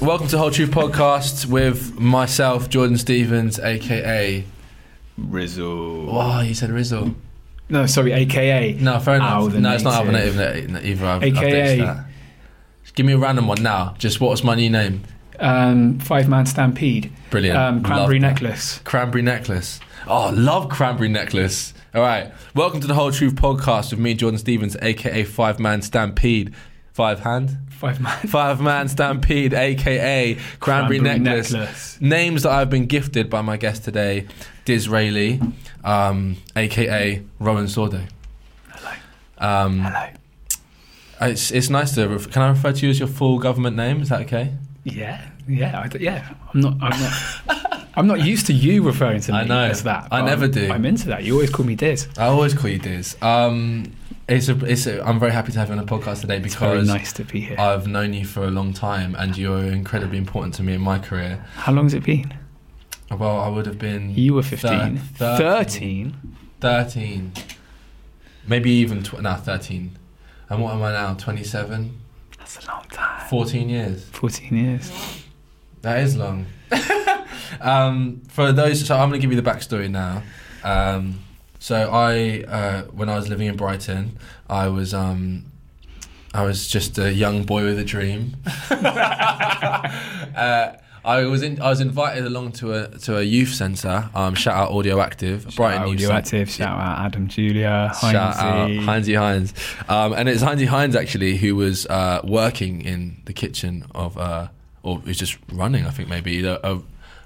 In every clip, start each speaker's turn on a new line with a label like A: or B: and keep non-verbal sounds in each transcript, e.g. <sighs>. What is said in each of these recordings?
A: Welcome to Whole True Podcast with myself, Jordan Stevens, aka.
B: Rizzle.
A: Wow, you said Rizzle.
B: No, sorry, AKA.
A: No, fair enough.
B: Alvin
A: no, it's not Alvin
B: Native.
A: Native either. I've, I've
B: AKA.
A: ditched that. Just Give me a random one now. Just what's my new name?
B: Um, Five Man Stampede.
A: Brilliant.
B: Um, cranberry
A: Love that.
B: Necklace.
A: Cranberry necklace. Oh, love cranberry necklace. All right. Welcome to the Whole Truth podcast with me, Jordan Stevens, aka Five Man Stampede. Five hand?
B: Five Man. <laughs>
A: Five Man Stampede, aka Cranberry,
B: Cranberry
A: necklace.
B: Necklace.
A: Names that I've been gifted by my guest today Disraeli, um, aka Rowan Sordo. Hello. Um,
B: Hello.
A: It's, it's nice to. Ref- can I refer to you as your full government name? Is that okay?
B: Yeah, yeah, I d yeah. I'm not. I'm not.
A: <laughs>
B: I'm not used to you referring to me
A: I know.
B: as that.
A: I
B: but
A: never
B: I'm,
A: do.
B: I'm into that. You always call me Diz.
A: I always call you Diz. Um, it's a, it's a, I'm very happy to have you on the podcast today
B: It's very
A: because
B: nice to be here.
A: I've known you for a long time and you're incredibly important to me in my career.
B: How long has it been?
A: Well, I would have been.
B: You were
A: thir-
B: 15.
A: thir-
B: 13?
A: 13. Maybe even. Tw- nah, 13. And what am I now? 27?
B: That's a long time.
A: 14 years.
B: 14 years.
A: That is long. <laughs> um, for those, so I'm going to give you the backstory now. Um, so I, uh, when I was living in Brighton, I was, um, I was just a young boy with a
B: <laughs>
A: dream. uh, I was in, I was invited along to a to a youth centre. Um, shout out Audio Active, Brighton Youth
B: Audio
A: Centre.
B: Active. Shout out Adam Julia.
A: Shout out
B: Heinze.
A: Heinzie Heinz. Um, and it's Heinzie Heinz actually who was uh, working in the kitchen of, uh, or who's just running, I think maybe, a, a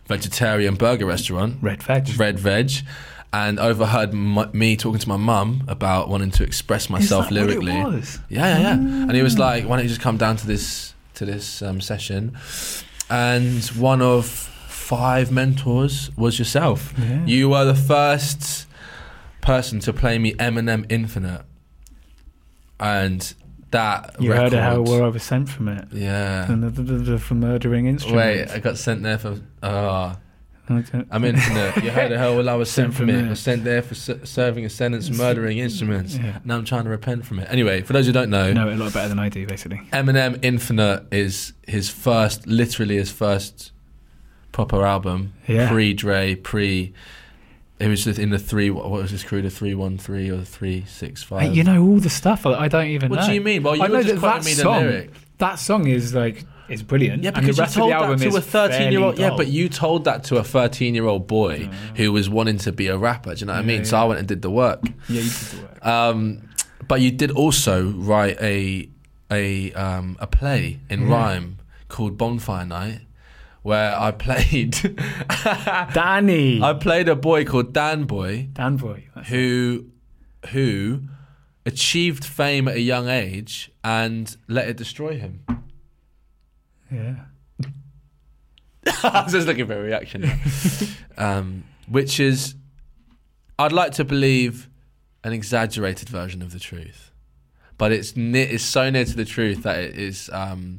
A: vegetarian burger restaurant,
B: Red Veg.
A: Red Veg, and overheard m- me talking to my mum about wanting to express myself
B: that what it
A: lyrically.
B: was? Ah.
A: Yeah, yeah, yeah. And he was like, "Why don't you just come down to this to this um, session?" And one of five mentors was yourself.
B: Yeah.
A: You were the first person to play me Eminem Infinite, and that
B: You
A: record,
B: heard of how where I was sent from it.
A: Yeah.
B: And the, the, the, the, for murdering
A: Uh, Wait,
B: instruments.
A: I got sent there for. ah.
B: Okay.
A: I'm infinite. You heard the hell while I was sent
B: Sent
A: from
B: from
A: it.
B: it.
A: Was sent there for s- serving a sentence, murdering instruments.
B: Yeah.
A: Now I'm trying to repent from it. Anyway, for those who don't know,
B: know it a lot better than I do, basically.
A: Eminem Infinite is his first, literally his first proper album.
B: Yeah.
A: Pre Dre, pre. It was just in the three. What what was his crew? The three one three or the three six
B: Mate,
A: five.
B: you know all the stuff. I, I don't even
A: What
B: know.
A: do you mean? Well, you
B: I
A: were
B: know
A: just quoting
B: that that
A: me the
B: song,
A: lyric.
B: That song is like is brilliant.
A: Yeah,
B: and
A: because
B: the
A: you
B: rest of
A: told
B: the album
A: that to
B: is
A: a 13 year old.
B: fairly
A: Yeah, but
B: dull.
A: you told that to a 13 year old boy who was wanting to be a rapper. Do you know what I mean? So I went and did the work.
B: yeah, you did the
A: <laughs>
B: work.
A: Um, but you did also write a a um, a play in rhyme called Bonfire Night, where I played <laughs>
B: Danny
A: I played a boy called Dan Boy
B: Dan Boy. That's
A: who who achieved fame at a young age and let it destroy him.
B: it. Yeah.
A: <laughs>
B: <laughs>
A: I was just looking for a reaction. there. um, which is I'd like to believe an exaggerated version of the truth, but it's near, it's so near to the truth that it is. Um,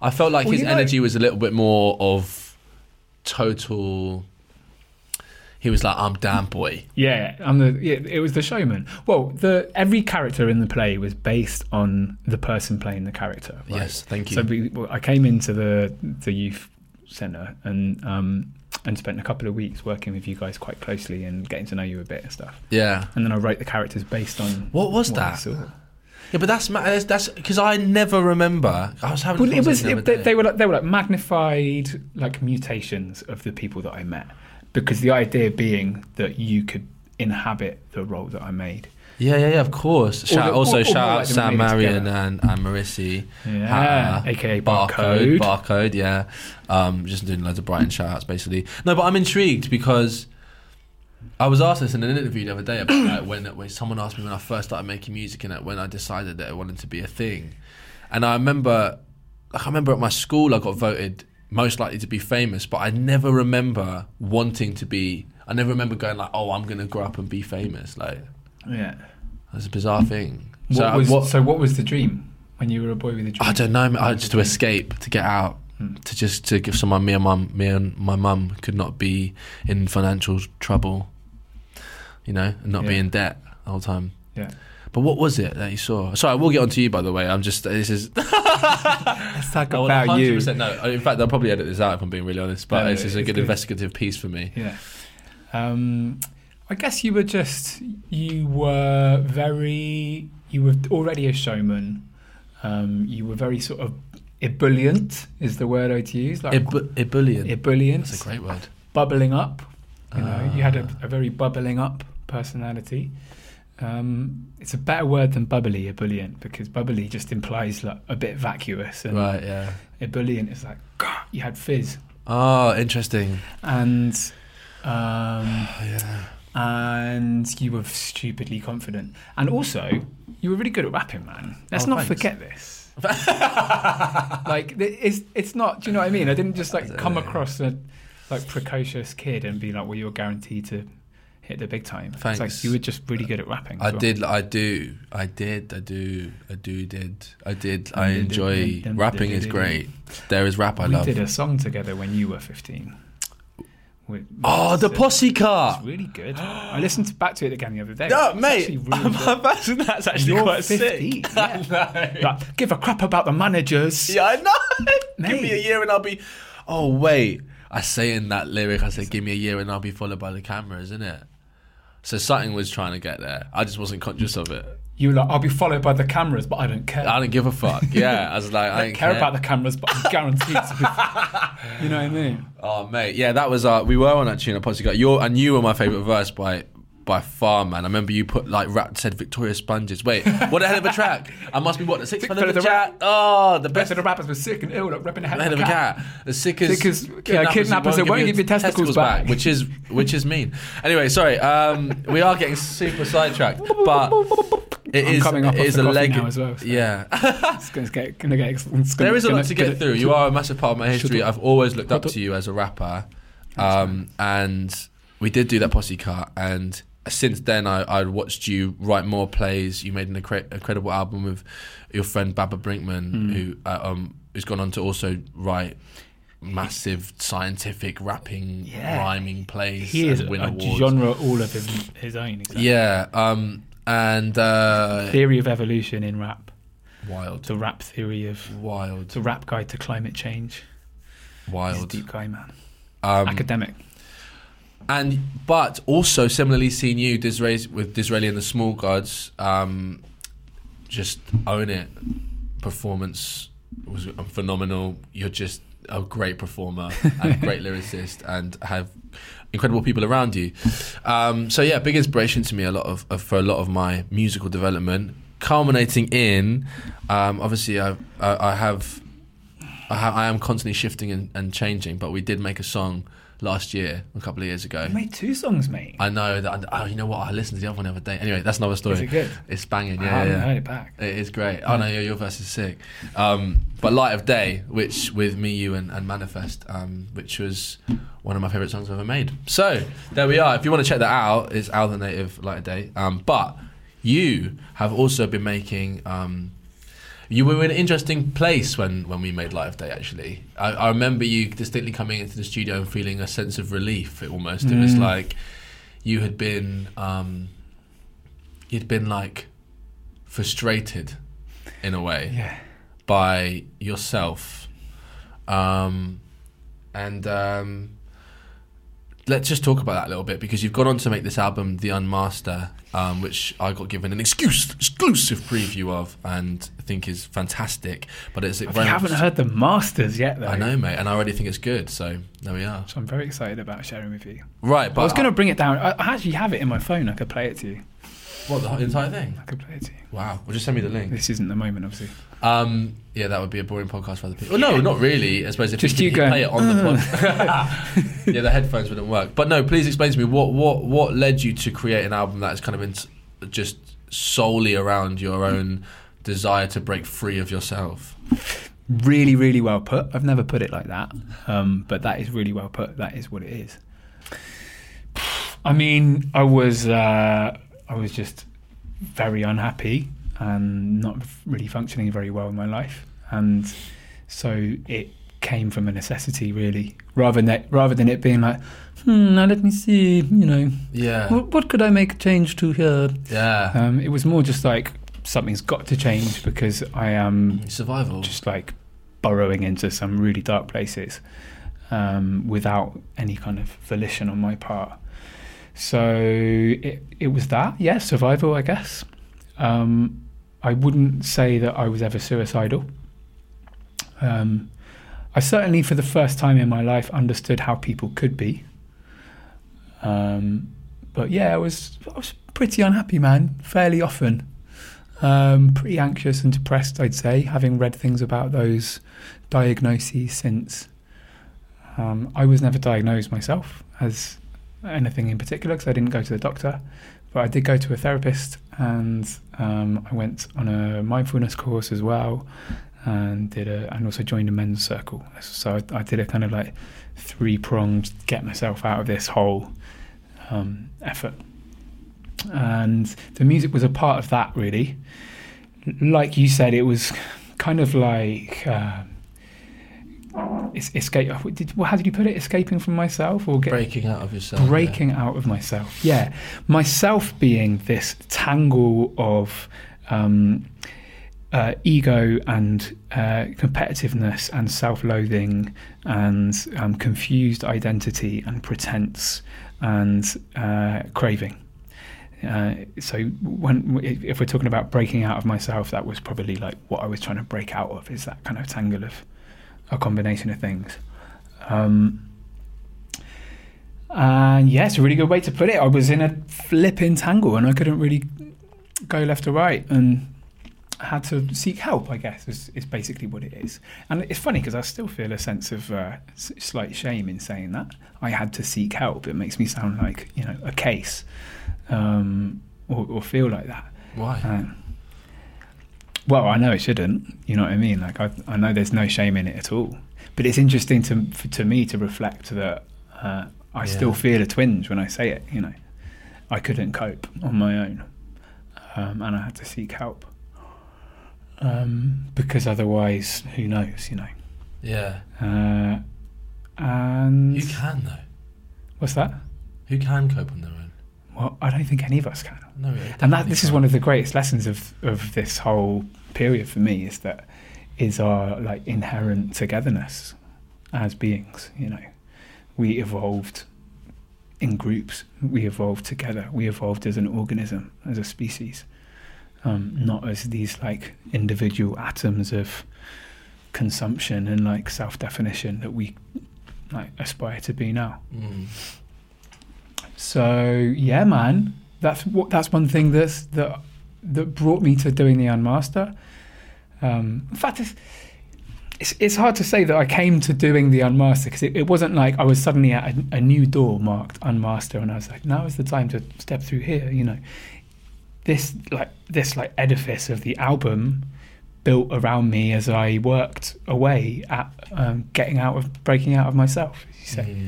A: I felt like
B: Well,
A: his
B: you know-
A: energy was a little bit more of total. He was like, "I'm damn boy."
B: Yeah, I'm the. Yeah, it was the showman. Well, the every character in the play was based on the person playing the character. right?
A: Yes, thank you.
B: So we, well, I came into the the youth center and um and spent a couple of weeks working with you guys quite closely and getting to know you a bit and stuff.
A: yeah,
B: And then I wrote the characters based on
A: What was
B: I
A: that?
B: saw.
A: yeah, but that's ma- that's- that's because I never remember. I was having.
B: Well, it was
A: The other
B: it, they,
A: day.
B: they were like, they were like magnified like mutations of the people that I met because the idea being that you could inhabit the role that I made.
A: Yeah, yeah, yeah, of course. Shout,
B: the-
A: also,
B: all- all
A: shout
B: more
A: out
B: like the
A: Sam
B: remaining
A: Marion
B: together.
A: and, and Marissi.
B: Yeah,
A: Ha-
B: aka Barcode.
A: Barcode, yeah. Um, just doing loads of Brighton shout outs, basically. No, but I'm intrigued because I was asked this in an interview the other day about like, when, when someone asked me when I first started making music and like, when I decided that it wanted to be a thing. And I remember, like, I remember at my school, I got voted most likely to be famous, but I never remember wanting to be. I never remember going like, "Oh, I'm going to grow up and be famous." Like,
B: Yeah.
A: that's a bizarre thing.
B: What
A: so,
B: was,
A: what,
B: so what was the dream when you were a boy with a dream?
A: I don't know. man, I just to escape, to get out,
B: Hmm.
A: to just to give someone me and mum, me and my mum could not be in financial trouble, you know, and not be
B: Yeah.
A: in debt the whole time.
B: Yeah.
A: But what was it that you saw? Sorry, I will get on to you by the way. I'm just this is <laughs>
B: Let's talk
A: I will 100% No, in fact, I'll probably edit this out if I'm being really honest. But
B: No, no,
A: this is a
B: it's
A: good,
B: good.
A: investigative piece for me.
B: Yeah. Um, I guess you were just you were very you were already a showman. Um, you were very sort of ebullient is the word I'd use. Like
A: Ebu- Ebullient.
B: ebullient,
A: That's a great word.
B: bubbling up. You know, you had a,
A: Ah.
B: a very bubbling up personality. Um, it's a better word than bubbly, ebullient, because bubbly just implies like a bit vacuous and
A: Right. Yeah.
B: ebullient is like "Gah," you had fizz
A: Oh, <laughs> interesting.
B: and um,
A: <sighs> yeah.
B: and you were stupidly confident and also you were really good at rapping man let's
A: Oh,
B: not
A: thanks.
B: forget
A: <laughs>
B: this like th- it's it's not do you know what i mean i didn't just like come across a like precocious kid and be like well you're guaranteed to hit the big time it's
A: Thanks.
B: like you were just really good at rapping
A: I
B: as well.
A: did. I do. I did. I do. I do. Did. I did. I
B: Dum, dum,
A: enjoy
B: dum, dum,
A: rapping.
B: dum,
A: Is
B: dum,
A: great. There is rap. I
B: we
A: love.
B: did a song together when you were 15 With-
A: Oh, the
B: so-
A: posse
B: It's
A: car.
B: really good. I listened to, back to it again the other day.
A: No,
B: It's
A: mate.
B: actually
A: <laughs>
B: really good.
A: Imagine that's actually
B: You're
A: quite
B: 15,
A: sick.
B: yeah.
A: <laughs> I know.
B: Like, give a crap about the managers.
A: Yeah, I know. <laughs> give me a
B: Mate.
A: year and I'll be. Oh wait, I say in that lyric, I say, "Give me a year and I'll be followed by the cameras," isn't it? So something was trying to get there. I just wasn't conscious of it.
B: You were like, I'll be followed by the cameras, but I don't care.
A: I don't give a
B: <laughs>
A: fuck. Yeah, I was like, I,
B: I
A: don't
B: don't care, about the cameras, but I'm guaranteed to
A: <laughs>
B: be. you know what I mean?
A: Oh mate, yeah, that was our. We were on that tune at Posse Got Your and you were my favorite verse by by far, man. I remember you put like rap said Victoria Sponges. Wait, what a hell of a track! I must be what the sixth
B: Sixth
A: man of
B: man
A: the
B: of the
A: chat. Oh, the
B: Best
A: best
B: of the rappers were sick and ill, like ripping the head,
A: head of a cat. The sickest
B: Sickest, yeah, kidnappers that won't give your testicles back.
A: which is which is mean. Anyway, sorry. Um, we are getting super sidetracked,
B: <laughs>
A: but it
B: I'm
A: is
B: coming up
A: it
B: off
A: is
B: the
A: a
B: coffee
A: leg.
B: now as well, so.
A: Yeah.
B: It's gonna get, gonna get, it's gonna,
A: There is a
B: gonna-
A: lot to get
B: gonna-
A: through. You are a massive part of my history. I've always looked up
B: Hold up.
A: to you as a rapper, um, and we did do that posse cut. And since then, I, I watched you write more plays. You made an incre- incredible album with your friend Baba Brinkman,
B: Hmm.
A: who uh, um, who's gone on to also write massive scientific rapping,
B: Yeah.
A: rhyming plays.
B: He is
A: and win
B: a
A: awards.
B: genre all of his, his own. Exactly.
A: Yeah, um, and uh,
B: Theory of evolution in rap.
A: wild,
B: The rap theory of
A: wild,
B: the rap guide to climate change. He's a
A: wild.
B: deep guy, man.
A: Um,
B: Academic.
A: and but also similarly seen you Disraeli with Disraeli and the Small Gods um, just own it performance was phenomenal you're just a great performer and a great lyricist and have incredible people around you um, so yeah big inspiration to me a lot of, of for a lot of my musical development culminating in um, obviously I, I, I have I, ha- I am constantly shifting and, and changing, but we did make a song last year, a couple of years ago.
B: You made two songs, mate.
A: I know that. Oh, you know what? I listened to the other one the other day. Anyway, that's another story.
B: Is it good?
A: It's banging.
B: I
A: Yeah,
B: haven't
A: yeah.
B: heard it back.
A: It is great. Oh no, yeah, your verse is sick. Um, but Light of Day, which with me, you, and, and Manifest, um, which was one of my favourite songs I've ever made. So there we are. If you want to check that out, it's Al the Native Light of Day. Um, but you have also been making. Um, you were in an interesting place when, when we made Light of Day. Actually, I, I remember you distinctly coming into the studio and feeling a sense of relief. It almost it was like you had been um, you'd been like frustrated in a way
B: Yeah.
A: by yourself. Um, and um, let's just talk about that a little bit because you've gone on to make this album, The Unmaster, um, which I got given an excuse, exclusive preview of and I think is fantastic. But it's
B: If you haven't heard the Masters yet, though.
A: I know, mate, and I already think it's good. So there we are.
B: So I'm very excited about sharing with you.
A: Right, but
B: I was going to bring it down. I, I actually have it in my phone. I could play it to you.
A: what the entire thing?
B: I could play it to you.
A: Wow, well, just send me the link.
B: This isn't the moment, obviously.
A: Um, yeah, that would be a boring podcast for other people. Well, no, not really. I suppose if
B: Just
A: you
B: you
A: could play it
B: going,
A: on the
B: <laughs>
A: podcast, <laughs> yeah, the headphones wouldn't work. But no, please explain to me what what what led you to create an album that is kind of in, just solely around your own desire to break free of yourself.
B: Really, really well put. I've never put it like that, um, but that is really well put. That is what it is. I mean, I was uh, I was just very unhappy and not really functioning very well in my life, and so it came from a necessity, really, rather than rather than it being like, hmm, now let me see, you know,
A: Yeah,
B: what, what could I make a change to here?
A: yeah,
B: Um, it was more just like something's got to change because I um, am
A: survival.
B: just like burrowing into some really dark places um, without any kind of volition on my part. So it it was that, yeah, survival, I guess. Um, I wouldn't say that I was ever suicidal. Um, I certainly, for the first time in my life, understood how people could be. Um, but yeah, I was I was pretty unhappy, man, fairly often um, pretty anxious and depressed, I'd say, having read things about those diagnoses since. Um, I was never diagnosed myself as anything in particular because I didn't go to the doctor, but I did go to a therapist and um, I went on a mindfulness course as well and did a, and also joined a men's circle. So I, I did a kind of like three pronged get myself out of this hole um, effort. And the music was a part of that, really like you said, it was kind of like uh, es- escape. oh, Did, well, how did you put it? Escaping from myself or get,
A: breaking out of yourself.
B: breaking out of myself. Yeah, myself being this tangle of um, uh, ego and uh, competitiveness and self-loathing and um, confused identity and pretense and uh, craving. Uh, so when if if we're talking about breaking out of myself, that was probably like what I was trying to break out of is that kind of tangle of a combination of things. Um, and yeah, it's a really good way to put it. I was in a flipping tangle and I couldn't really go left or right and I had to seek help, I guess, is, is basically what it is. And it's funny because I still feel a sense of uh, s- slight shame in saying that. I had to seek help. It makes me sound like, you know, a case um, or, or feel like that.
A: Why?
B: Uh, well, I know it shouldn't. You know what I mean? Like I, I know there's no shame in it at all. But it's interesting to for, to me to reflect that uh, I still
A: Yeah.
B: feel a twinge when I say it. You know, I couldn't cope on my own, um, and I had to seek help um, because otherwise, who knows? You know.
A: Yeah,
B: Uh, and
A: you can though.
B: what's that?
A: Who can cope on their own?
B: Well, I don't think any of us can.
A: No,
B: and that this is one of the greatest lessons of of this whole period for me is that is our like inherent togetherness as beings you know we evolved in groups we evolved together we evolved as an organism as a species um, not as these like individual atoms of consumption and like self-definition that we like aspire to be now
A: Mm.
B: so yeah, man, that's what that's one thing that's that that brought me to doing the unmaster. Um, in fact, it's, it's, it's hard to say that I came to doing the Unmaster because it, it wasn't like I was suddenly at a, a new door marked Unmaster and I was like, now is the time to step through here, you know. This like this like edifice of the album built around me as I worked away at um, getting out of breaking out of myself. As you say,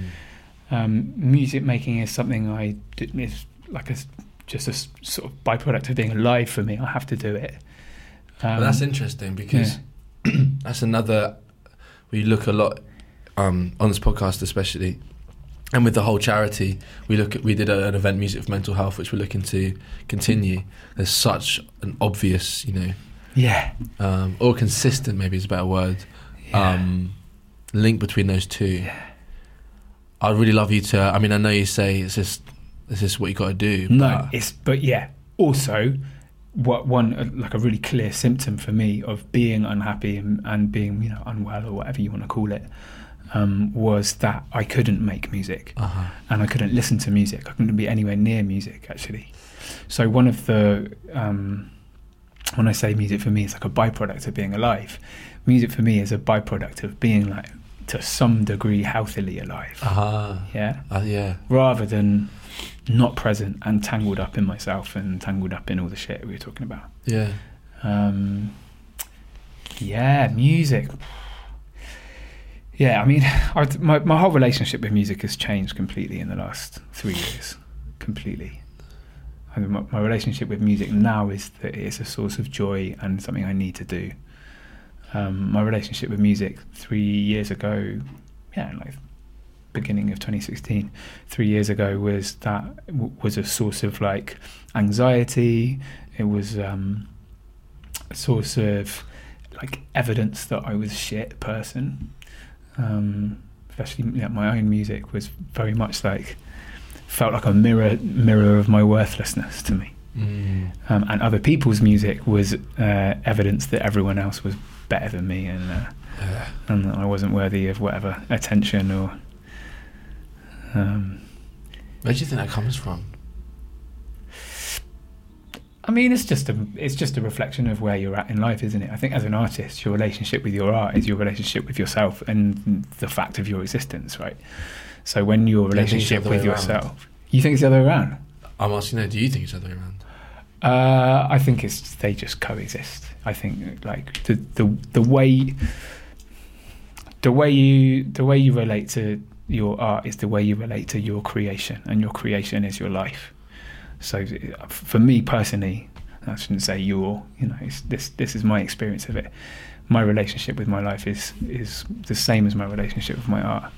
A: Mm.
B: um, music making is something I d- is like a s- just a s- sort of byproduct of being alive for me. I have to do it. Um,
A: But that's interesting because <clears throat> that's another we look a lot um, on this podcast, especially, and with the whole charity. We look at we did a, an event, music for mental health, which we're looking to continue. There's such an obvious, you know,
B: yeah.
A: um, or consistent maybe is a better word.
B: Yeah.
A: Um, link between those two. I'd really love you to. I mean, I know you say it's just this is what you got to do.
B: No,
A: but-
B: it's but yeah. Also, what one uh, like a really clear symptom for me of being unhappy and, and being you know unwell or whatever you want to call it um, was that I couldn't make music
A: Uh-huh.
B: and I couldn't listen to music. I couldn't be anywhere near music actually. So one of the um, when I say music for me, it's like a byproduct of being alive. Music for me is a byproduct of being like to some degree healthily alive.
A: Uh-huh.
B: Yeah
A: Uh, yeah.
B: rather than not present and tangled up in myself and tangled up in all the shit we were talking about.
A: Yeah.
B: Um, yeah, music. Yeah, I mean, <laughs> I, my my whole relationship with music has changed completely in the last three years, completely. I mean, my, my relationship with music now is that it's a source of joy and something I need to do. Um, my relationship with music three years ago, yeah, like beginning of 2016, three years ago was that w- was a source of like anxiety. It was. Um, source of like evidence that I was a shit person. Um, especially you know, my own music was very much like felt like a mirror mirror of my worthlessness to me.
A: Mm.
B: Um, and other people's music was uh, evidence that everyone else was better than me and uh,
A: Yeah.
B: and that I wasn't worthy of whatever attention or. Um,
A: Where do you think that comes from?
B: I mean, it's just a it's just a reflection of where you're at in life, isn't it? I think as an artist, your relationship with your art is your relationship with yourself and the fact of your existence, right? So when your
A: Yeah, I think it's the
B: relationship
A: other
B: with
A: way around.
B: yourself, you think it's the other way around?
A: I'm asking, no, do you think it's the other way around?
B: Uh, I think it's they just coexist. I think like the the the way the way you the way you relate to your art is the way you relate to your creation, and your creation is your life. So uh, for me personally, I shouldn't say your. You know, it's, this this is my experience of it. My relationship with my life is is the same as my relationship with my art,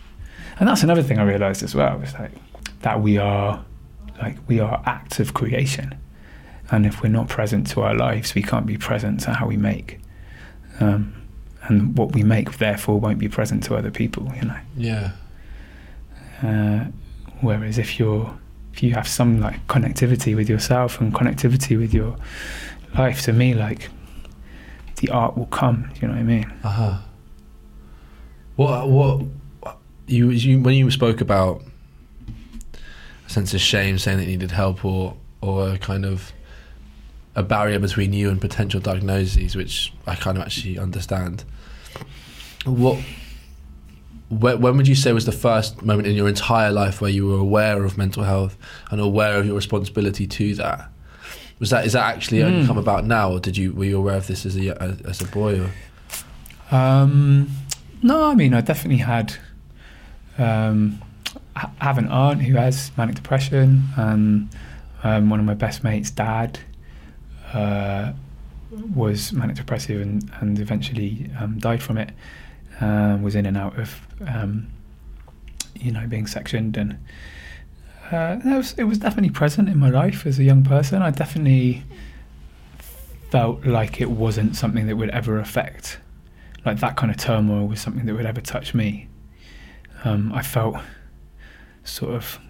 B: and that's another thing I realised as well. Was like that we are like we are acts of creation and if we're not present to our lives, we can't be present to how we make, um, and what we make therefore won't be present to other people. You know.
A: Yeah.
B: Uh, whereas if you're if you have some like connectivity with yourself and connectivity with your life, to me like the art will come. Do you know what I mean?
A: Uh huh. What what you, you when you spoke about a sense of shame, saying that you needed help, or or a kind of a barrier between you and potential diagnoses, which I kind of actually understand. What when, when would you say was the first moment in your entire life where you were aware of mental health and aware of your responsibility to that? Was that is that actually only
B: Mm.
A: come about now, or did you were you aware of this as a as a boy? Or?
B: Um, no, I mean I definitely had. Um, I I have an aunt who has manic depression. Um, um, one of my best mates' dad uh, was manic depressive and and eventually um, died from it. Um, was in and out of um, you know being sectioned and. Uh, it, was, it was definitely present in my life as a young person. I definitely felt like it wasn't something that would ever affect like that kind of turmoil was something that would ever touch me. Um, I felt sort of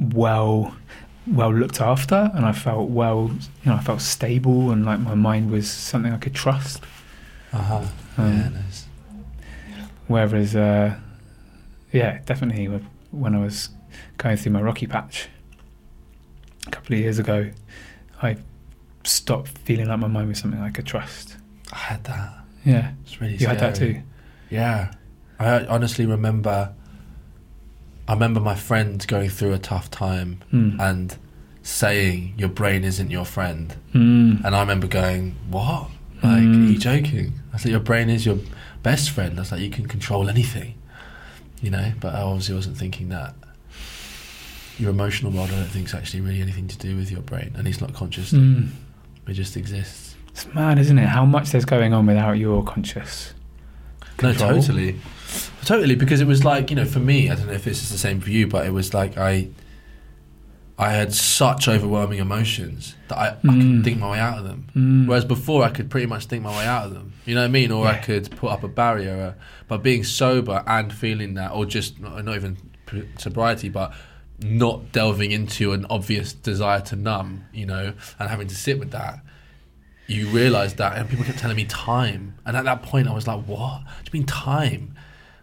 B: well, well looked after, and I felt well, you know, I felt stable, and like my mind was something I could trust.
A: Uh huh.
B: Um,
A: yeah, nice.
B: Whereas, uh, yeah, definitely w- when I was going through my rocky patch a couple of years ago, I stopped feeling like my mind was something I could trust.
A: I had that.
B: Yeah.
A: It's really
B: You had that
A: scary.
B: too.
A: Yeah. I honestly remember I remember my friend going through a tough time
B: Mm.
A: and saying your brain isn't your friend.
B: Mm.
A: And I remember going, What? Like,
B: Mm.
A: are you joking? I said, Your brain is your best friend. I was like, You can control anything. You know, but I obviously wasn't thinking that. Your emotional world, I don't think, is actually really anything to do with your brain, and it's not conscious.
B: Mm.
A: It just exists.
B: It's mad, isn't it? How much there's going on without your conscious. control.
A: No, totally, totally. Because it was like you know, for me, I don't know if this is the same for you, but it was like I, I had such overwhelming emotions that I, I
B: Mm.
A: could think my way out of them.
B: Mm.
A: Whereas before, I could pretty much think my way out of them. You know what I mean? Or I
B: Yeah.
A: could put up a barrier. Uh, but being sober and feeling that, or just not, not even p- sobriety, but not delving into an obvious desire to numb, you know, and having to sit with that you realize that and people kept telling me time and at that point i was like what do you mean time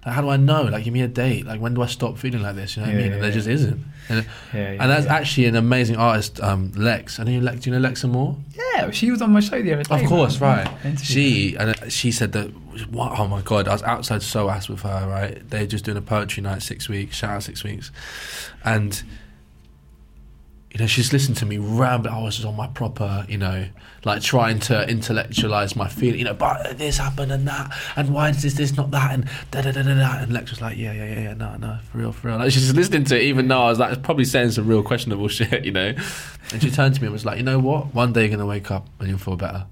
A: like how do i know like give me a date like when do i stop feeling like this you know what
B: Yeah,
A: i mean
B: yeah,
A: and there
B: yeah.
A: just isn't and,
B: yeah, yeah,
A: and that's
B: yeah.
A: actually an amazing artist um, lex i know you lex do you know lexa moore
B: yeah, she was on my show the other day.
A: of course,
B: man.
A: right.
B: I interviewed
A: She and uh, she said that. What, oh my god! I was outside SOAS with her. Right, they're just doing a poetry night six weeks. Shout out six weeks, and you know she's listened to me ramble. I was just on my proper, you know, like trying to intellectualize my feeling. You know, but this happened and that, and why is this this not that and da da da da da. And Lex was like, yeah yeah yeah yeah no no for real for real. Like, she's just listening to it, even though I was like probably saying some real questionable <laughs> shit, you know. And she turned to me and was like, you know what? One day you're gonna wake up and you'll feel better.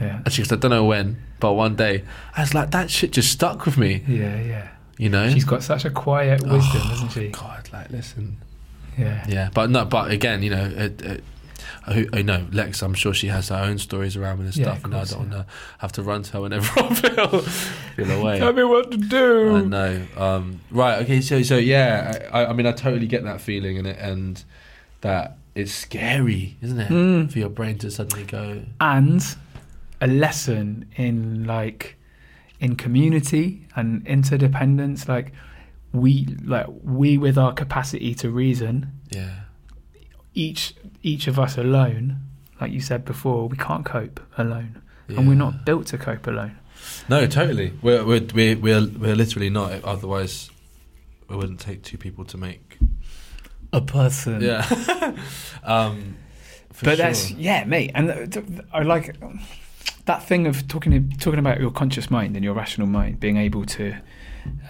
B: Yeah.
A: And she goes, I don't know when, but one day. I was like, that shit just stuck with me,
B: Yeah, yeah.
A: you know?
B: She's got such a quiet wisdom,
A: Oh,
B: isn't she?
A: God, like, listen.
B: Yeah.
A: Yeah, but no, but again, you know, it, it, I, I know Lex. I'm sure she has her own stories around with this
B: Yeah,
A: stuff,
B: of
A: and I
B: course,
A: don't
B: yeah.
A: want to have to run to her whenever <laughs> I feel feel away.
B: Tell me what to do.
A: I know. Um, right. Okay. So so yeah. I, I mean, I totally get that feeling, and it and that it's scary, isn't it,
B: Mm.
A: for your brain to suddenly go.
B: and a lesson in like in community and interdependence like we like we with our capacity to reason
A: Yeah.
B: each each of us alone like you said before we can't cope alone and
A: Yeah.
B: we're not built to cope alone
A: No, totally. We're we're we're we're, we're literally not. Otherwise, it wouldn't take two people to make.
B: a person
A: Yeah.
B: <laughs>
A: um, for
B: but
A: sure.
B: that's yeah mate and th- th- i like that thing of talking talking about your conscious mind and your rational mind being able to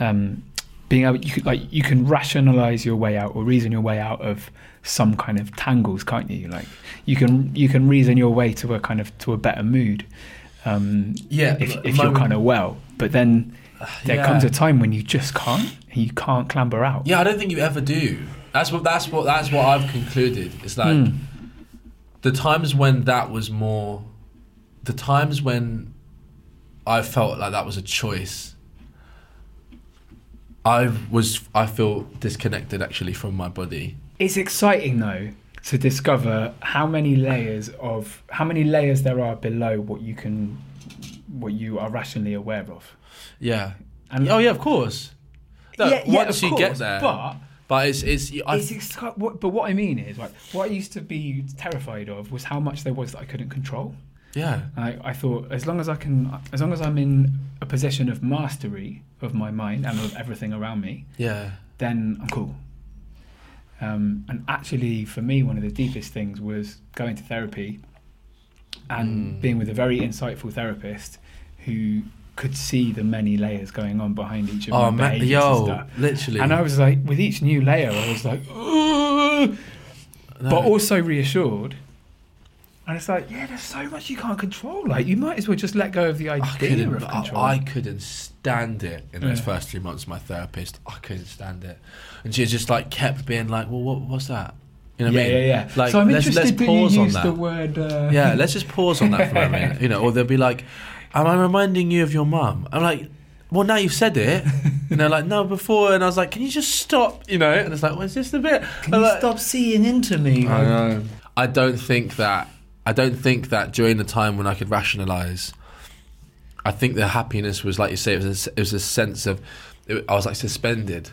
B: um being able you could like you can rationalize your way out or reason your way out of some kind of tangles can't you like you can you can reason your way to a kind of to a better mood um
A: Yeah,
B: if,
A: but
B: if you're
A: moment-
B: kind of well but then
A: <sighs>
B: there
A: Yeah.
B: comes a time when you just can't and you can't clamber out
A: Yeah, I don't think you ever do. That's what that's what that's what I've concluded. It's like
B: Mm.
A: the times when that was more, the times when I felt like that was a choice. I was I feel disconnected actually from my body.
B: It's exciting though to discover how many layers of how many layers there are below what you can what you are rationally aware of.
A: Yeah.
B: And
A: oh yeah, of course. Look,
B: Yeah, yeah,
A: once
B: of
A: you get
B: course,
A: there,
B: but-
A: but it's it's I,
B: it's exci- what, but what I mean is like what I used to be terrified of was how much there was that I couldn't control.
A: yeah.
B: I, I thought as long as I can as long as I'm in a position of mastery of my mind and of everything around me,
A: Yeah.
B: then I'm cool. Um, and actually, for me, one of the deepest things was going to therapy
A: Hmm.
B: and being with a very insightful therapist who could see the many layers going on behind each of
A: Oh
B: my
A: man,
B: behaviors and
A: yo,
B: stuff.
A: literally.
B: And I was like, with each new layer, I was like, "Ugh,"
A: No.
B: but also reassured. And it's like, yeah, there's so much you can't control. Like, you might as well just let go of the
A: I
B: idea
A: couldn't,
B: of
A: I,
B: control.
A: I couldn't stand it in those
B: Yeah.
A: first three months. with My therapist, I couldn't stand it, and she just like kept being like, "Well, what, what's that?" You know what
B: yeah,
A: I mean?
B: yeah, yeah.
A: Like,
B: so I'm
A: let's,
B: interested
A: let's
B: that
A: pause
B: you
A: on
B: use
A: that.
B: the word. Uh,
A: yeah, let's just pause on that for a minute. You know, or they'll be like, "Am I reminding you of your mum?" I'm like, "Well, now you've said it." And they're like, "No, before," and I was like, "Can you just stop?" You know, and it's like, "Well, it's just a bit." I'm like,
B: seeing into me?
A: I know. I don't think that. I don't think that during the time when I could rationalize, I think the happiness was like you say. It was. A, it was a sense of. It, I was like suspended.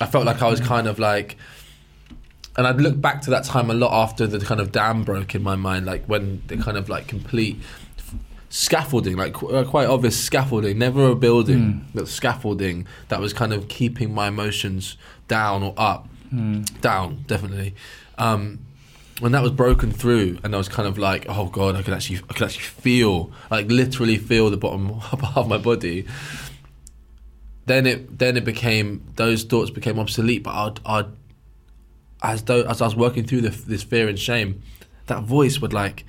A: I felt like I was kind of like. And I'd look back to that time a lot after the kind of dam broke in my mind, like when the kind of like complete scaffolding, like qu- uh, quite obvious scaffolding, never a building, but scaffolding that was kind of keeping my emotions down or up, down definitely. Um, when that was broken through, and I was kind of like, oh god, I could actually, I could actually feel, like literally feel the bottom <laughs> half of my body. Then it, then it became those thoughts became obsolete, but I'd, I'd as though as I was working through the, this fear and shame, that voice would like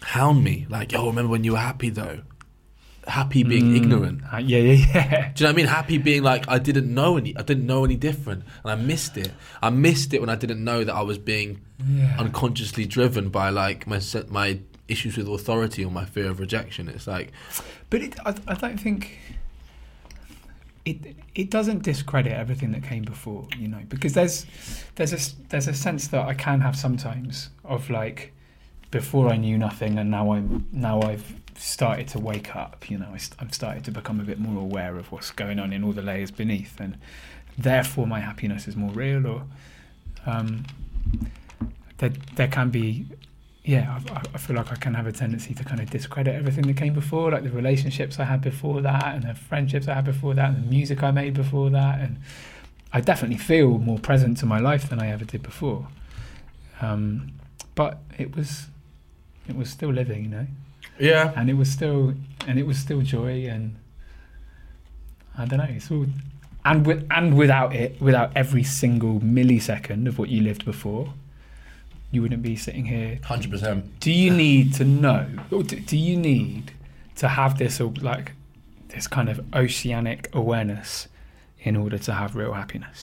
A: hound me, like, "Yo, remember when you were happy though? Happy being ignorant.
B: Uh, yeah, yeah, yeah.
A: Do you know what I mean? Happy being like I didn't know any, I didn't know any different, and I missed it. I missed it when I didn't know that I was being
B: Yeah.
A: unconsciously driven by like my se- my issues with authority or my fear of rejection. It's like,
B: <laughs> But it, I, I don't think it it doesn't discredit everything that came before, you know, because there's there's a s- there's a sense that I can have sometimes of like before I knew nothing and now I'm now I've started to wake up, you know, I st- I've started to become a bit more aware of what's going on in all the layers beneath, and therefore my happiness is more real. Or um, there there can be yeah, I, I- I feel like I can have a tendency to kind of discredit everything that came before, like the relationships I had before that, and the friendships I had before that, and the music I made before that, and I definitely feel more present to my life than I ever did before. Um, but it was, it was still living, you know,
A: yeah,
B: and it was still, and it was still joy, and I don't know, it's all, and with and without it, without every single millisecond of what you lived before, you wouldn't be sitting here
A: hundred percent.
B: do you need to know or do, do you need to have this or like this kind of oceanic awareness in order to have real happiness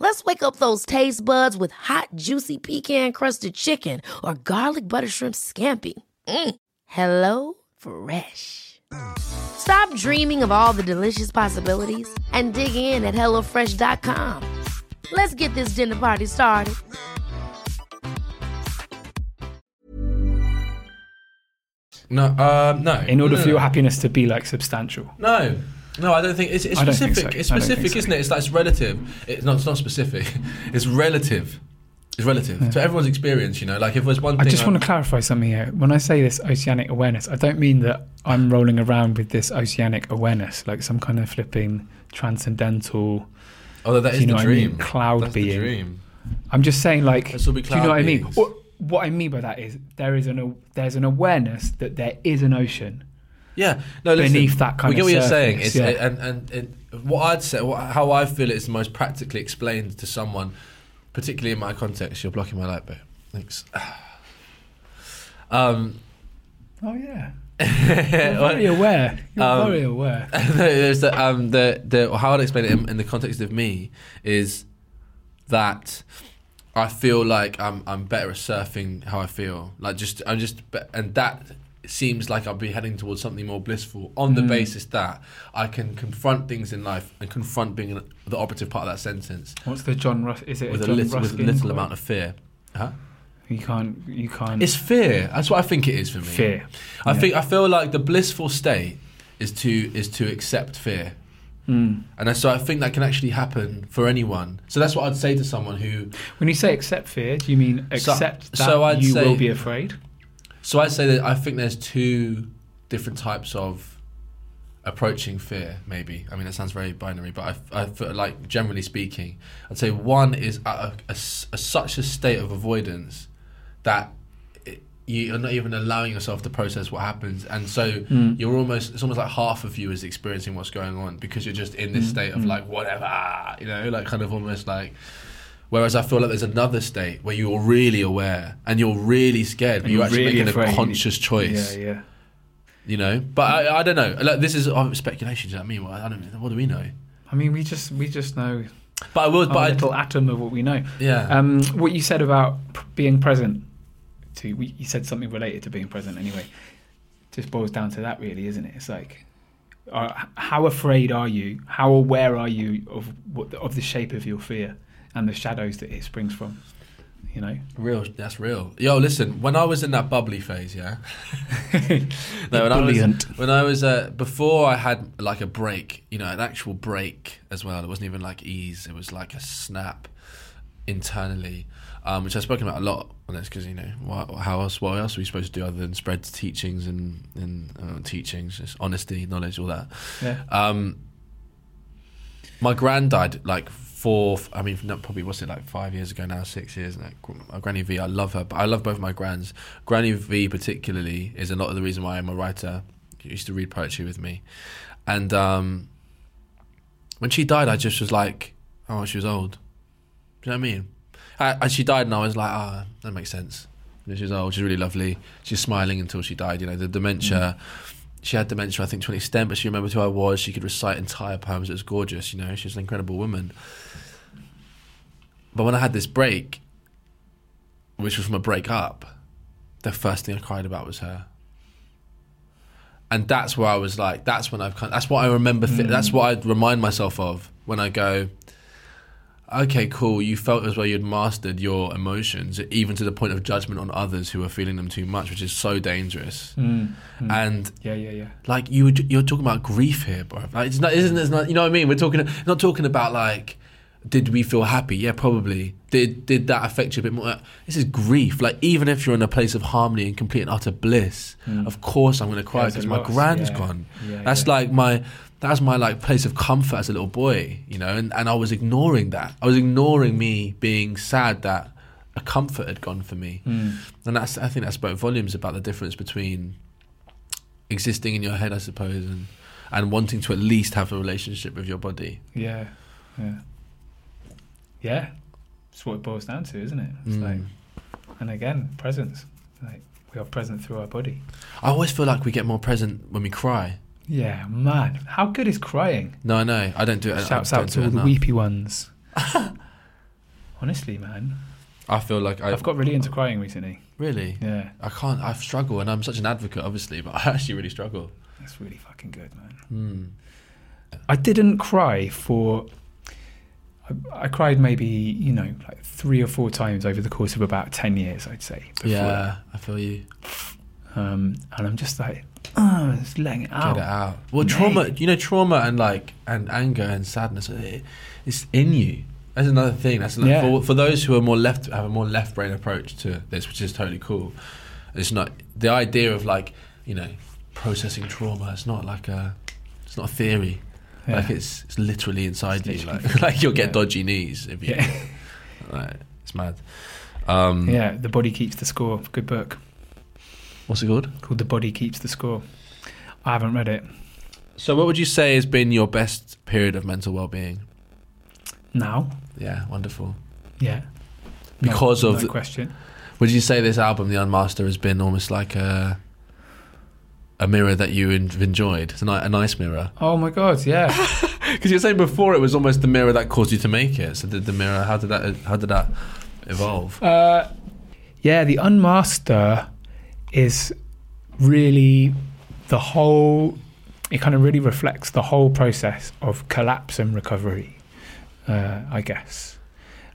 C: Let's wake up those taste buds with hot, juicy pecan crusted chicken or garlic butter shrimp scampi. Mm. Hello Fresh. Stop dreaming of all the delicious possibilities and dig in at HelloFresh.com. Let's get this dinner party started.
A: No, um, no.
B: in order
A: No,
B: for
A: no,
B: your
A: no.
B: happiness to be like substantial
A: No, no, I don't think it's, it's
B: I don't think
A: specific.
B: so.
A: It's
B: I don't
A: specific,
B: think so.
A: isn't it? It's like it's relative. It's not. It's not specific. <laughs> It's relative. It's relative to everyone's experience. You know, like if there's one
B: I
A: thing.
B: just want to clarify something here. When I say this oceanic awareness, I don't mean that I'm rolling around with this oceanic awareness, like some kind of flipping transcendental.
A: Although that
B: Do
A: is
B: you know
A: the
B: what I mean?
A: dream.
B: Cloud
A: That's
B: being.
A: The dream.
B: I'm just saying, like,
A: Let's all be
B: do you know what I mean?
A: cloud beings.
B: What, what I mean by that is there is an aw- there's an awareness that there is an ocean.
A: Yeah. No. Listen,
B: Beneath that kind
A: we get
B: of
A: what you're
B: surface,
A: saying. It's,
B: yeah.
A: and, and and what I'd say, what, how I feel it is most practically explained to someone, particularly in my context. You're blocking my light, babe. Thanks. <sighs> Um, <laughs>
B: Oh yeah. You're very aware. You're
A: Uh, Um,
B: very aware.
A: no, <laughs> there's the, um, the, the, how I'd explain it in, in the context of me is that I feel like I'm, I'm better at surfing how I feel. Like just, I'm just, be- and that seems like I'll be heading towards something more blissful on
B: Mm.
A: the basis that I can confront things in life and confront being the operative part of that sentence
B: What's the John Rus? Is it
A: with a
B: John
A: little, with
B: Ruskin
A: little
B: quote?
A: amount of fear. Huh?
B: You can't. You can't.
A: It's fear. That's what I think it is for me.
B: fear.
A: I
B: Yeah.
A: think I feel like the blissful state is to is to accept fear, and so I think that can actually happen for anyone. So that's what I'd say to someone who.
B: When you say accept fear, do you mean accept that
A: so I'd
B: you
A: say-
B: will be afraid?
A: So I'd say that I think there's two different types of approaching fear. Maybe I mean that sounds very binary, but I, I feel like generally speaking, I'd say one is at a, a s- a such a state of avoidance that it- you are not even allowing yourself to process what happens and so
B: Hmm.
A: you're almost it's almost like half of you is experiencing what's going on because you're just in this
B: Hmm.
A: state of like whatever you know like kind of almost like whereas i feel like there's another state where you're really aware and you're really scared but
B: And
A: you're,
B: you're
A: actually
B: really
A: making a
B: afraid.
A: conscious choice
B: Yeah, yeah.
A: you know but I, I don't know like this is uh, speculation do you know what i mean Well, i don't what do we know
B: I mean, we just we just know
A: but i will
B: a
A: but I,
B: Oh, little atom of what we know.
A: yeah
B: Um, what you said about p- being present. To we, you said something related to being present anyway. Just boils down to that, really, isn't it? It's like uh, h- how afraid are you? How aware are you of what, of the shape of your fear and the shadows that it springs from? You know,
A: Real, that's real. Yo, listen. When I was in that bubbly phase, yeah.
B: <laughs>
A: no, when I was
B: Brilliant.
A: when I was uh, before I had like a break, you know, an actual break as well. It wasn't even like ease. It was like a snap internally, um, which I've spoken about a lot on this because you know what, how else what else are we supposed to do other than spread teachings and and uh, teachings, just honesty, knowledge, all that.
B: yeah,
A: Um, my granddad, like four, f- I mean, not probably was it like five years ago now, six years. Now, Gr- uh, Granny V, I love her, but I love both my grands. Granny V particularly is a lot of the reason why I'm a writer. She used to read poetry with me, and um, when she died, I just was like, oh, she was old. Do you know what I mean? I, and she died, and I was like, ah, that makes sense. And she was old. She's really lovely. She's smiling until she died. You know, the dementia. She had dementia, I think, to an extent, but she remembered who I was. She could recite entire poems. It was gorgeous. You know, she was an incredible woman. But when I had this break, which was from a breakup, the first thing I cried about was her. And that's where I was like, that's when I've kind that's what I remember, thi- that's what I remind myself of when I go, okay, cool, you felt as though you'd mastered your emotions, even to the point of judgment on others who are feeling them too much, which is so dangerous. And
B: yeah, yeah, yeah.
A: like you would- you're talking about grief here bro like it's not isn't it's not you know what i mean we're talking not talking about like did we feel happy yeah probably did did that affect you a bit more this is grief like even if you're in a place of harmony and complete and utter bliss of course i'm going to cry
B: Yeah, it's Mm. a
A: because my
B: loss,
A: grand's
B: yeah.
A: gone
B: Yeah,
A: that's
B: yeah.
A: like my that's my like place of comfort as a little boy you know and, and i was ignoring that i was ignoring me being sad that a comfort had gone for me
B: Hmm.
A: and that's i think that spoke volumes about the difference between existing in your head, I suppose, and and wanting to at least have a relationship with your body.
B: Yeah, yeah, yeah. It's what it boils down to, isn't it? It's like, and again, presence. Like we are present through our body.
A: I always feel like we get more present when we cry.
B: Yeah, man. How good is crying?
A: No, I know. I don't do it. I
B: Shouts
A: don't
B: out
A: do
B: to
A: it
B: all the
A: enough.
B: weepy ones. <laughs> Honestly, man,
A: I feel like I,
B: I've got really into crying recently.
A: really.
B: Yeah,
A: I can't. I struggle, and I'm such an advocate, obviously, but <laughs> I actually really struggle.
B: that's really fucking good, man. Hmm. I didn't cry for. I, I cried maybe you know like three or four times over the course of about ten years, I'd say. before
A: Yeah, I feel you.
B: that. Um, and I'm just like, oh, just letting it out.
A: Get it out. Well, trauma. You know, trauma and like and anger and sadness. It, it's in you. That's another thing. That's another,
B: Yeah.
A: for, for those who are more left have a more left brain approach to this, which is totally cool. It's not the idea of like you know processing trauma. It's not like a. It's not a theory.
B: Yeah.
A: Like it's it's literally inside
B: It's
A: you.
B: literally-
A: Like <laughs> like you'll get
B: Yeah.
A: dodgy knees if you.
B: Yeah.
A: <laughs> Like, it's mad. Um,
B: Yeah, the body keeps the score. Good book
A: What's it called?
B: called The Body Keeps the Score. I haven't read it.
A: So, what would you say has been your best period of mental well-being?
B: Now,
A: Yeah, wonderful.
B: yeah, No-
A: Because
B: no,
A: of the-
B: question.
A: Would you say this album, The Unmaster, has been almost like a a mirror that you en- enjoyed? It's a, ni- a nice mirror.
B: Oh my god, yeah.
A: Because you were saying before it was almost the mirror that caused you to make it. So did the mirror? How did that? How did that evolve?
B: Uh, yeah, the Unmaster is really the whole. It kind of really reflects the whole process of collapse and recovery, uh, I guess,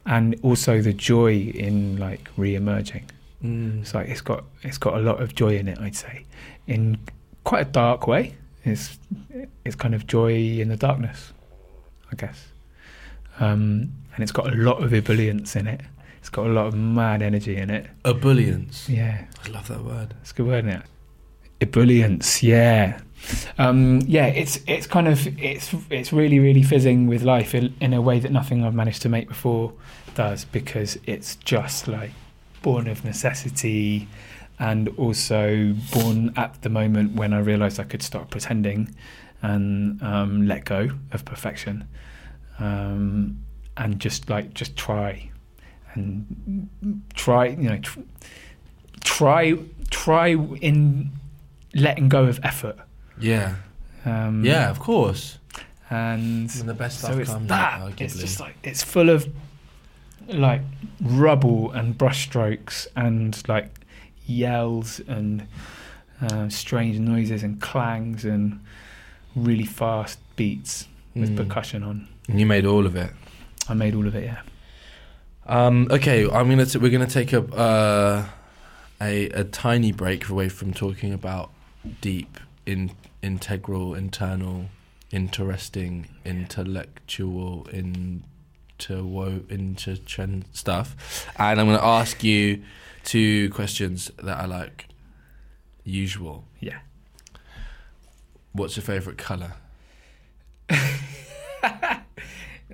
B: and also the joy in like re-emerging. It's like it's got it's got a lot of joy in it. I'd say, in quite a dark way. It's it's kind of joy in the darkness, I guess, um, and it's got a lot of ebullience in it. It's got a lot of mad energy in it.
A: Ebullience.
B: Yeah,
A: I love that word.
B: it's a good word, isn't it? Ebullience, yeah, um, yeah. It's it's kind of it's it's really really fizzing with life in, in a way that nothing I've managed to make before does because it's just like born of necessity and also born at the moment when I realised I could start pretending and um, let go of perfection um, and just like just try and try you know tr- try try in letting go of effort
A: Yeah.
B: um,
A: Yeah. Of course.
B: and
A: Mm. When the best
B: so
A: stuff
B: it's
A: comes,
B: that
A: arguably.
B: it's just like it's full of like rubble and brushstrokes and like um, yells and uh, strange noises and clangs and really fast beats with
A: Hmm.
B: percussion on.
A: Mm. And you made all of it.
B: I made all of it. Yeah.
A: Um, okay, I'm gonna t- we're gonna take a, uh, a a tiny break away from talking about deep, in, integral, internal, interesting, intellectual, interwo- intertren stuff, and I'm gonna ask you two questions that are like usual. <laughs>
B: Yeah.
A: What's your favorite color?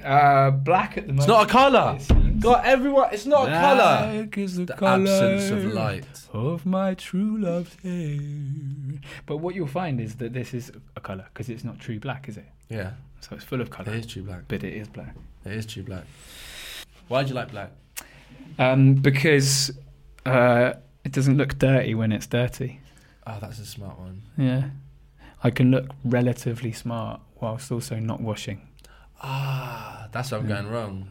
B: Uh, black at the moment.
A: It's not a color. God, everyone, it's not a color.
B: Black is the,
A: The absence of
B: colour
A: light.
B: of my true love's hair. But what you'll find is that this is a color because it's not true black, is it?
A: Yeah,
B: So it's full of color,
A: it is true black.
B: but it is black.
A: It is true black. Why do you like black?
B: Um, because uh, it doesn't look dirty when it's dirty.
A: Oh, that's a smart one.
B: Yeah, I can look relatively smart whilst also not washing.
A: Ah, that's where I'm going wrong.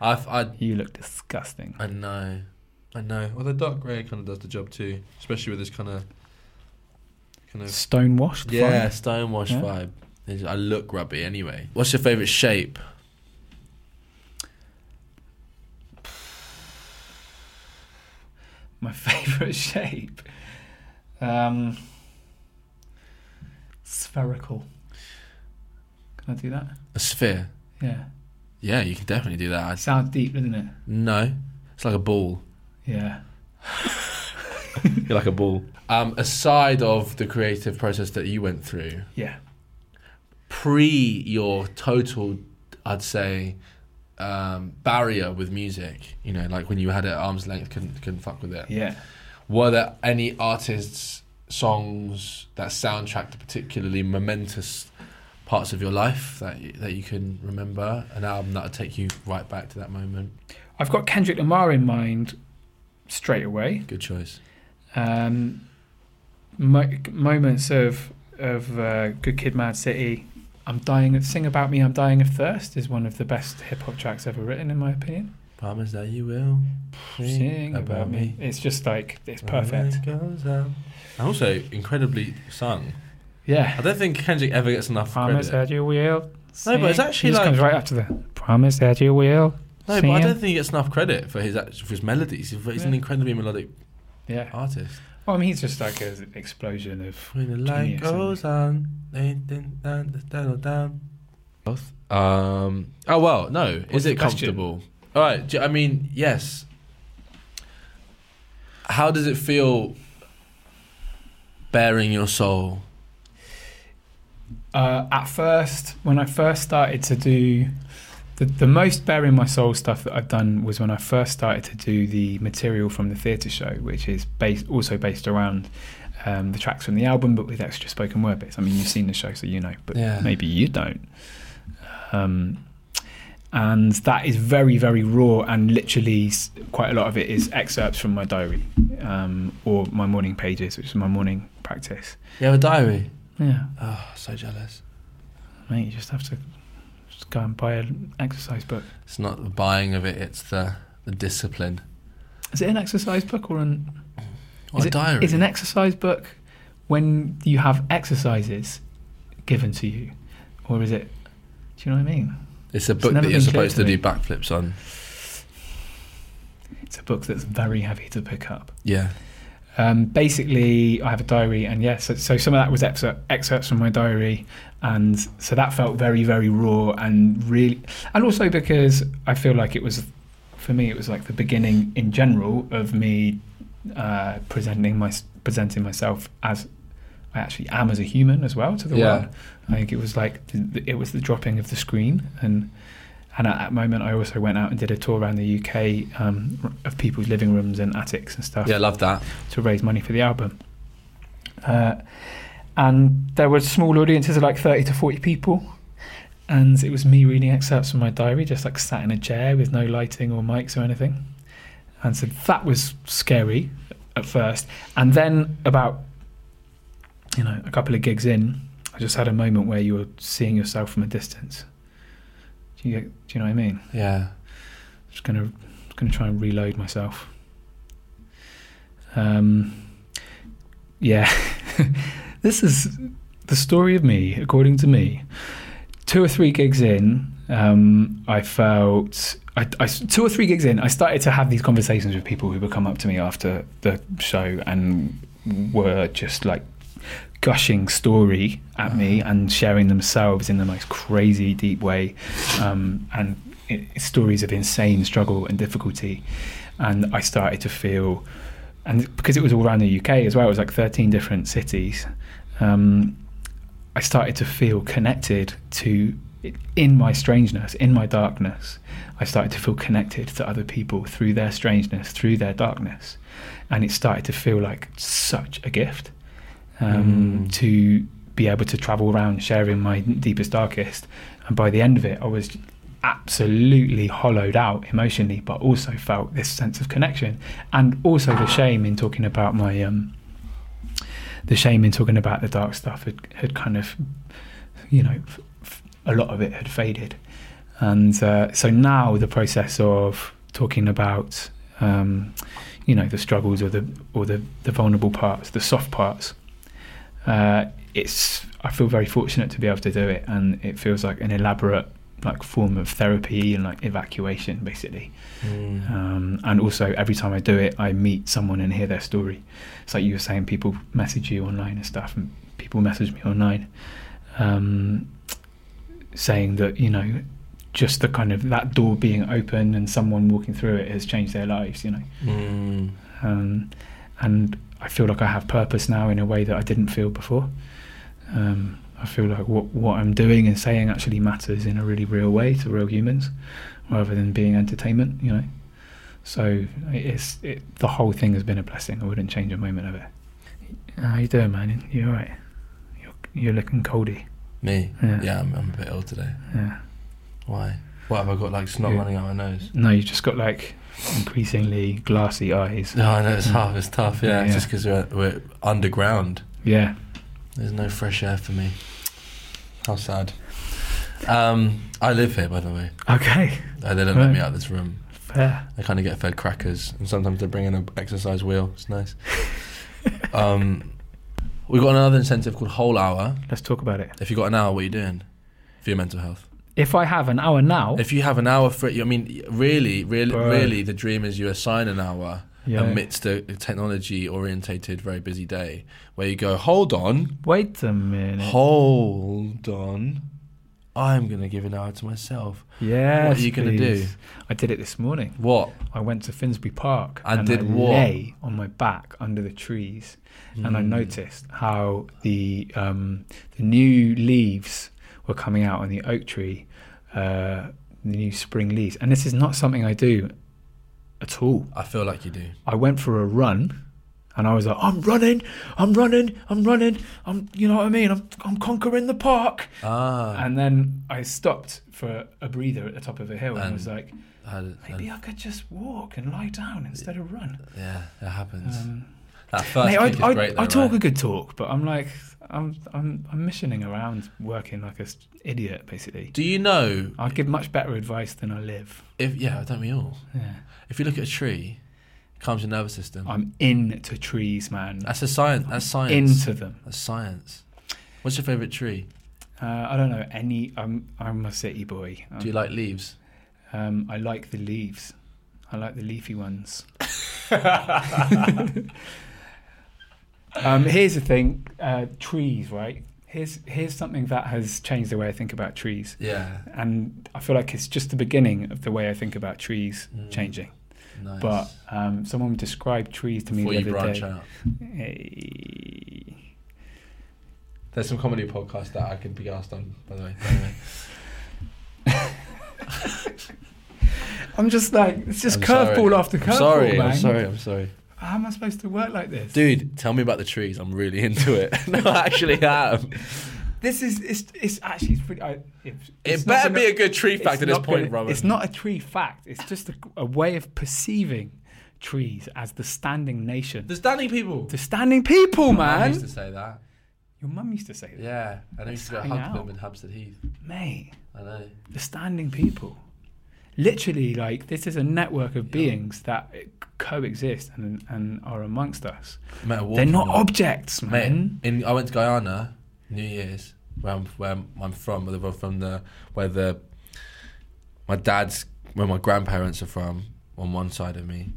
B: Yeah.
A: I've, I
B: You look disgusting.
A: I know, I know. Well, the dark grey kind of does the job too, especially with this kind of kind of
B: Stonewashed.
A: yeah
B: fine.
A: stonewash
B: Yeah.
A: vibe. Is- I look grubby anyway. What's your favourite shape?
B: My <laughs> favorite shape. Um, spherical. Can I do that?
A: A sphere.
B: Yeah.
A: Yeah, you can definitely do that. I,
B: It sounds deep, doesn't it?
A: no, it's like a ball.
B: Yeah.
A: You're like a ball. Um, aside of the creative process that you went through,
B: Yeah.
A: pre your total, I'd say, um, barrier with music. You know, like when you had it at arm's length, couldn't couldn't fuck with it.
B: Yeah.
A: Were there any artists, songs that soundtracked particularly momentous parts of your life that you, that you can remember? An album that would take you right back to that moment.
B: I've got Kendrick Lamar in mind straight away.
A: Good choice.
B: Um, mo- moments of of uh, Good Kid, Mad City. I'm dying. Of, Sing about me. I'm dying of thirst is one of the best hip hop tracks ever written, in my opinion.
A: Promise that you will
B: Sing about, me. It's just like it's perfect.
A: And also incredibly sung. I
B: Yeah.
A: don't think Kendrick ever gets enough
B: Promise
A: credit.
B: that you will.
A: No, but it's
B: sing.
A: actually
B: It just
A: like-
B: comes right after the promise that you will.
A: No, but I
B: sing."
A: don't think he gets enough credit for his act- for his melodies. He's he's an
B: Yeah.
A: incredibly melodic
B: Yeah.
A: artist.
B: Well, I mean, he's just like an explosion of
A: When the
B: light
A: light
B: Genius, goes
A: goes on, down. Um. Oh well, no.
B: What's
A: is
B: the
A: it
B: question?
A: comfortable? All right. do- I mean, yes. How does it feel bearing your soul?
B: Uh, at first, when I first started to do the, the most bearing my soul stuff that I've done was when I first started to do the material from the theatre show, which is based also based around um, the tracks from the album, but with extra spoken word bits. I mean, you've seen the show, so you know, but
A: Yeah.
B: maybe you don't. Um, and that is very, very raw, and literally s- quite a lot of it is excerpts from my diary um, or my morning pages, which is my morning practice.
A: You have a diary.
B: Yeah.
A: Oh, so jealous.
B: Mate, you just have to just go and buy an exercise book.
A: It's not the buying of it; it's the the discipline.
B: Is it an exercise book or an
A: Or
B: is
A: a
B: it-
A: diary.
B: Is an exercise book when you have exercises given to you, or is it? Do you know what I mean?
A: It's a book
B: never
A: that you're
B: been clear
A: supposed
B: to
A: to
B: me.
A: do backflips on.
B: It's a book that's very heavy to pick up.
A: Yeah.
B: Um, basically, I have a diary, and yes, so, so some of that was excer- excerpts from my diary, and so that felt very, very raw and really, and also because I feel like it was, for me, it was like the beginning in general of me uh, presenting my presenting myself as I actually am as a human as well to the
A: Yeah.
B: world. I think it was like th th- it was the dropping of the screen and. And at that moment, I also went out and did a tour around the UK um, r- of people's living rooms and attics and stuff
A: Yeah, I love that.
B: to raise money for the album. Uh, and there were small audiences of like 30 to 40 people. And it was me reading excerpts from my diary, just like sat in a chair with no lighting or mics or anything. And so that was scary at first. And then about, you know, a couple of gigs in, I just had a moment where you were seeing yourself from a distance. Do you, get- do you know what I mean?
A: Yeah.
B: just gonna just gonna try and reload myself. Um, yeah, <laughs> this is the story of me, according to me, two or three gigs in, um, I felt. I, I- two or three gigs in, I started to have these conversations with people who would come up to me after the show and were just like gushing story at me and sharing themselves in the most crazy, deep way, um, and i stories of insane struggle and difficulty. And I started to feel, and because it was all around the UK as well, it was like 13 different cities. Um, I started to feel connected to in my strangeness, in my darkness. I started to feel connected to other people through their strangeness, through their darkness, and it started to feel like such a gift um, to be able to travel around sharing my deepest, darkest. And by the end of it, I was absolutely hollowed out emotionally, but also felt this sense of connection and also the shame in talking about my. Um, the shame in talking about the dark stuff had, had kind of, you know, f- f- a lot of it had faded. And uh, so now the process of talking about, um, you know, the struggles or the or the, the vulnerable parts, the soft parts, uh, it's I feel very fortunate to be able to do it, and it feels like an elaborate like form of therapy and like evacuation basically um, and also every time i do it i meet someone and hear their story it's like you were saying people message you online and stuff and people message me online um, saying that you know just the kind of that door being open and someone walking through it has changed their lives you know
A: Mm.
B: um, and I feel like I have purpose now in a way that I didn't feel before. Um, I feel like what what I'm doing and saying actually matters in a really real way to real humans, rather than being entertainment, you know. So it's it, the whole thing has been a blessing. I wouldn't change a moment of it. How you doing, man? You all right? You're you're looking coldy.
A: Me?
B: Yeah.
A: Yeah, I'm, I'm a bit ill today.
B: Yeah.
A: Why? What have I got? Like snot
B: Yeah.
A: running out my nose.
B: No, you've just got like increasingly glassy eyes.
A: No, I know it's hard. It's tough. Yeah,
B: Yeah,
A: it's
B: yeah.
A: just because we're, we're underground.
B: Yeah.
A: There's no fresh air for me. How sad. Um, I live here, by the way.
B: Okay.
A: Uh, They don't
B: Right.
A: let me out of this room.
B: Fair.
A: I kind of get fed crackers, and sometimes they bring in an exercise wheel. It's
B: <laughs>
A: nice. um, we've got another incentive called Whole Hour.
B: Let's talk about it.
A: If you've got an hour, what are you doing for your mental health?
B: If I have an hour now,
A: If you have an hour for it, I mean, really, really,
B: Bro.
A: really, the dream is you assign an hour
B: Yeah.
A: amidst a technology orientated, very busy day where you go, hold on,
B: wait a minute.
A: hold on. I'm going to give an hour to myself.
B: Yes.
A: What are you gonna do?
B: please. I did it this morning.
A: What?
B: I went to Finsbury Park
A: And did
B: I
A: what? Hmm.
B: lay on my back under the trees, and I noticed how the um, the new leaves were coming out on the oak tree, uh, the new spring leaves. And this is not something I do at all.
A: I feel like you do.
B: I went for a run and I was like, I'm running, I'm running, I'm running, I'm you know what I mean? I'm I'm conquering the park.
A: Ah.
B: And then I stopped for a breather at the top of a hill and,
A: And-
B: was like,
A: I had it- I-
B: maybe I could just walk and lie down instead of run.
A: yeah, it happens. that first
B: Um, Mate,
A: kick
B: I,
A: is
B: I,
A: great. Though,
B: I talk a
A: right?
B: good talk, but I'm like, I'm I'm I'm missioning around working like a s- idiot basically.
A: Do you know
B: I give much better advice than I live.
A: if, yeah, don't we all? If you look at a tree, it calms your nervous system.
B: I'm into trees, man.
A: that's a science. That's science.
B: Into them.
A: That's science. What's your favourite tree?
B: Uh, I don't know any. I'm I'm a city boy. I'm-
A: Do you like leaves?
B: Um, I like the leaves. I like the leafy
A: <laughs>
B: ones. um, here's the thing: uh, trees, right? Here's here's something that has changed the way I think about trees,
A: <laughs> Yeah.
B: and I feel like it's just the beginning of the way I think about trees changing.
A: Mm, Nice.
B: But um, someone described trees to me
A: before
B: the
A: you
B: other
A: branch
B: day.
A: out,
B: Eh,
A: there's some comedy podcasts that I could be asked on. By the
B: <laughs>
A: way, by the way.
B: I'm just like it's just
A: I'm
B: curveball
A: sorry.
B: after
A: I'm
B: curveball,
A: sorry.
B: man.
A: I'm sorry. I'm sorry.
B: How am I supposed to work like this?
A: Dude, tell me about the trees. I'm really into it. <laughs> no, I actually am.
B: This is it's it's actually it's pretty. I, it's, it's
A: It
B: not
A: better
B: gonna-
A: be a good tree
B: it's
A: fact at this
B: not
A: point,
B: gonna-
A: Roman.
B: It's not a tree fact. It's just a, a way of perceiving trees as the standing nation,
A: The standing people.
B: the standing people,
A: I used to
B: man.
A: say that.
B: Your mum used to say that,
A: Yeah, and I used to go
B: hang
A: hug
B: out.
A: them in Hampstead Heath.
B: mate.
A: I know.
B: The standing people. Literally, like this is a network of beings that coexist and and are amongst us.
A: Mate,
B: They're not objects,
A: Mate,
B: man.
A: in, I went to Guyana New Year's, where I'm, where I'm- I'm from, where they're from the where the my dad's where my grandparents are from on one side of me.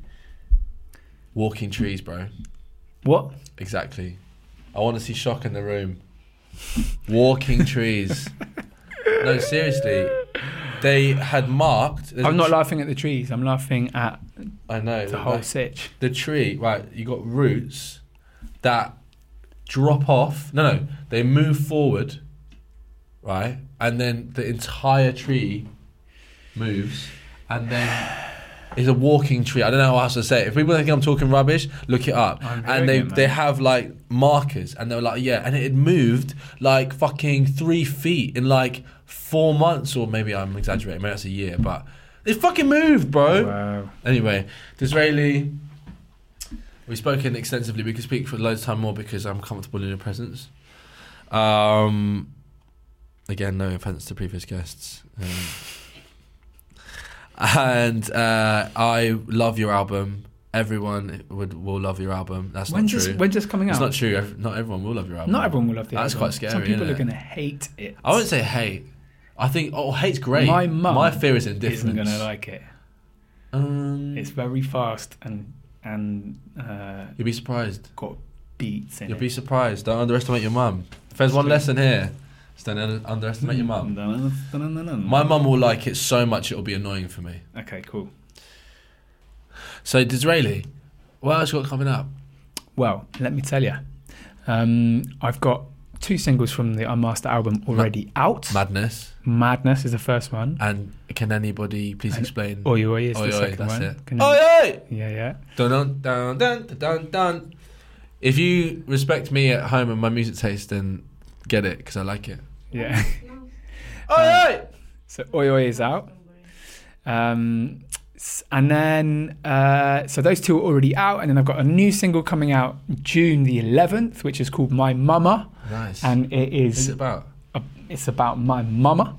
A: Walking trees, bro.
B: What?
A: Exactly. I want to see shock in the room.
B: <laughs>
A: Walking trees. no, seriously. They had marked.
B: I'm not laughing at the trees. I'm laughing at
A: I know.
B: the whole
A: like,
B: sitch.
A: the tree, right? You got roots that drop off. No, no, they move forward, right? And then the entire tree moves, and then it's a walking tree. I don't know how else to say it. If people think I'm talking rubbish, look it up.
B: I'm hearing
A: And they
B: it, man.
A: they have like markers, and they were like, yeah, and it had moved like fucking three feet in like four months, or maybe I'm exaggerating. Maybe that's a year, but. It fucking moved, bro.
B: Wow.
A: Anyway, Disraeli. We've spoken extensively. We could speak for loads of time more because I'm comfortable in your presence. Um, again, no offense to previous guests. Um, and uh, I love your album. Everyone would will love your album. That's
B: When's
A: not
B: this,
A: true.
B: when's this coming
A: it's
B: out?
A: not true. Ev- Not everyone will love your album.
B: Not everyone will love the
A: That's
B: album.
A: quite scary,
B: Some people
A: innit?
B: are going to hate it.
A: I wouldn't say hate. I think oh, hate's great.
B: My mum
A: my fear is indifference.
B: isn't going to like it.
A: Um,
B: It's very fast and and uh,
A: you'll be surprised.
B: got beats in
A: You'll
B: it.
A: be surprised. Don't underestimate your mum. If there's one lesson here, it's don't un- underestimate your mum. My mum will like it so much it'll be annoying for me.
B: Okay, cool.
A: So Disraeli, what else you got coming up?
B: Well, let me tell you, um, I've got two singles from the Unmaster album already out.
A: Madness.
B: Madness is the first one.
A: And can anybody please explain?
B: Oi Oi is
A: Oi,
B: the
A: oi,
B: second
A: that's
B: one.
A: it. Oh,
B: Can you-
A: Oi oi!
B: Yeah, yeah.
A: Dun dun dun dun dun, dun dun. If you respect me at home and my music taste, then get it because I like it.
B: Yeah. <laughs>
A: Oi oi!
B: So Oi Oi is out. Um, s- and then, uh, so those two are already out. And then I've got a new single coming out June the 11th, which is called My Mama.
A: Nice. And
B: And it
A: what's
B: is,
A: it about?
B: a, it's about my mama.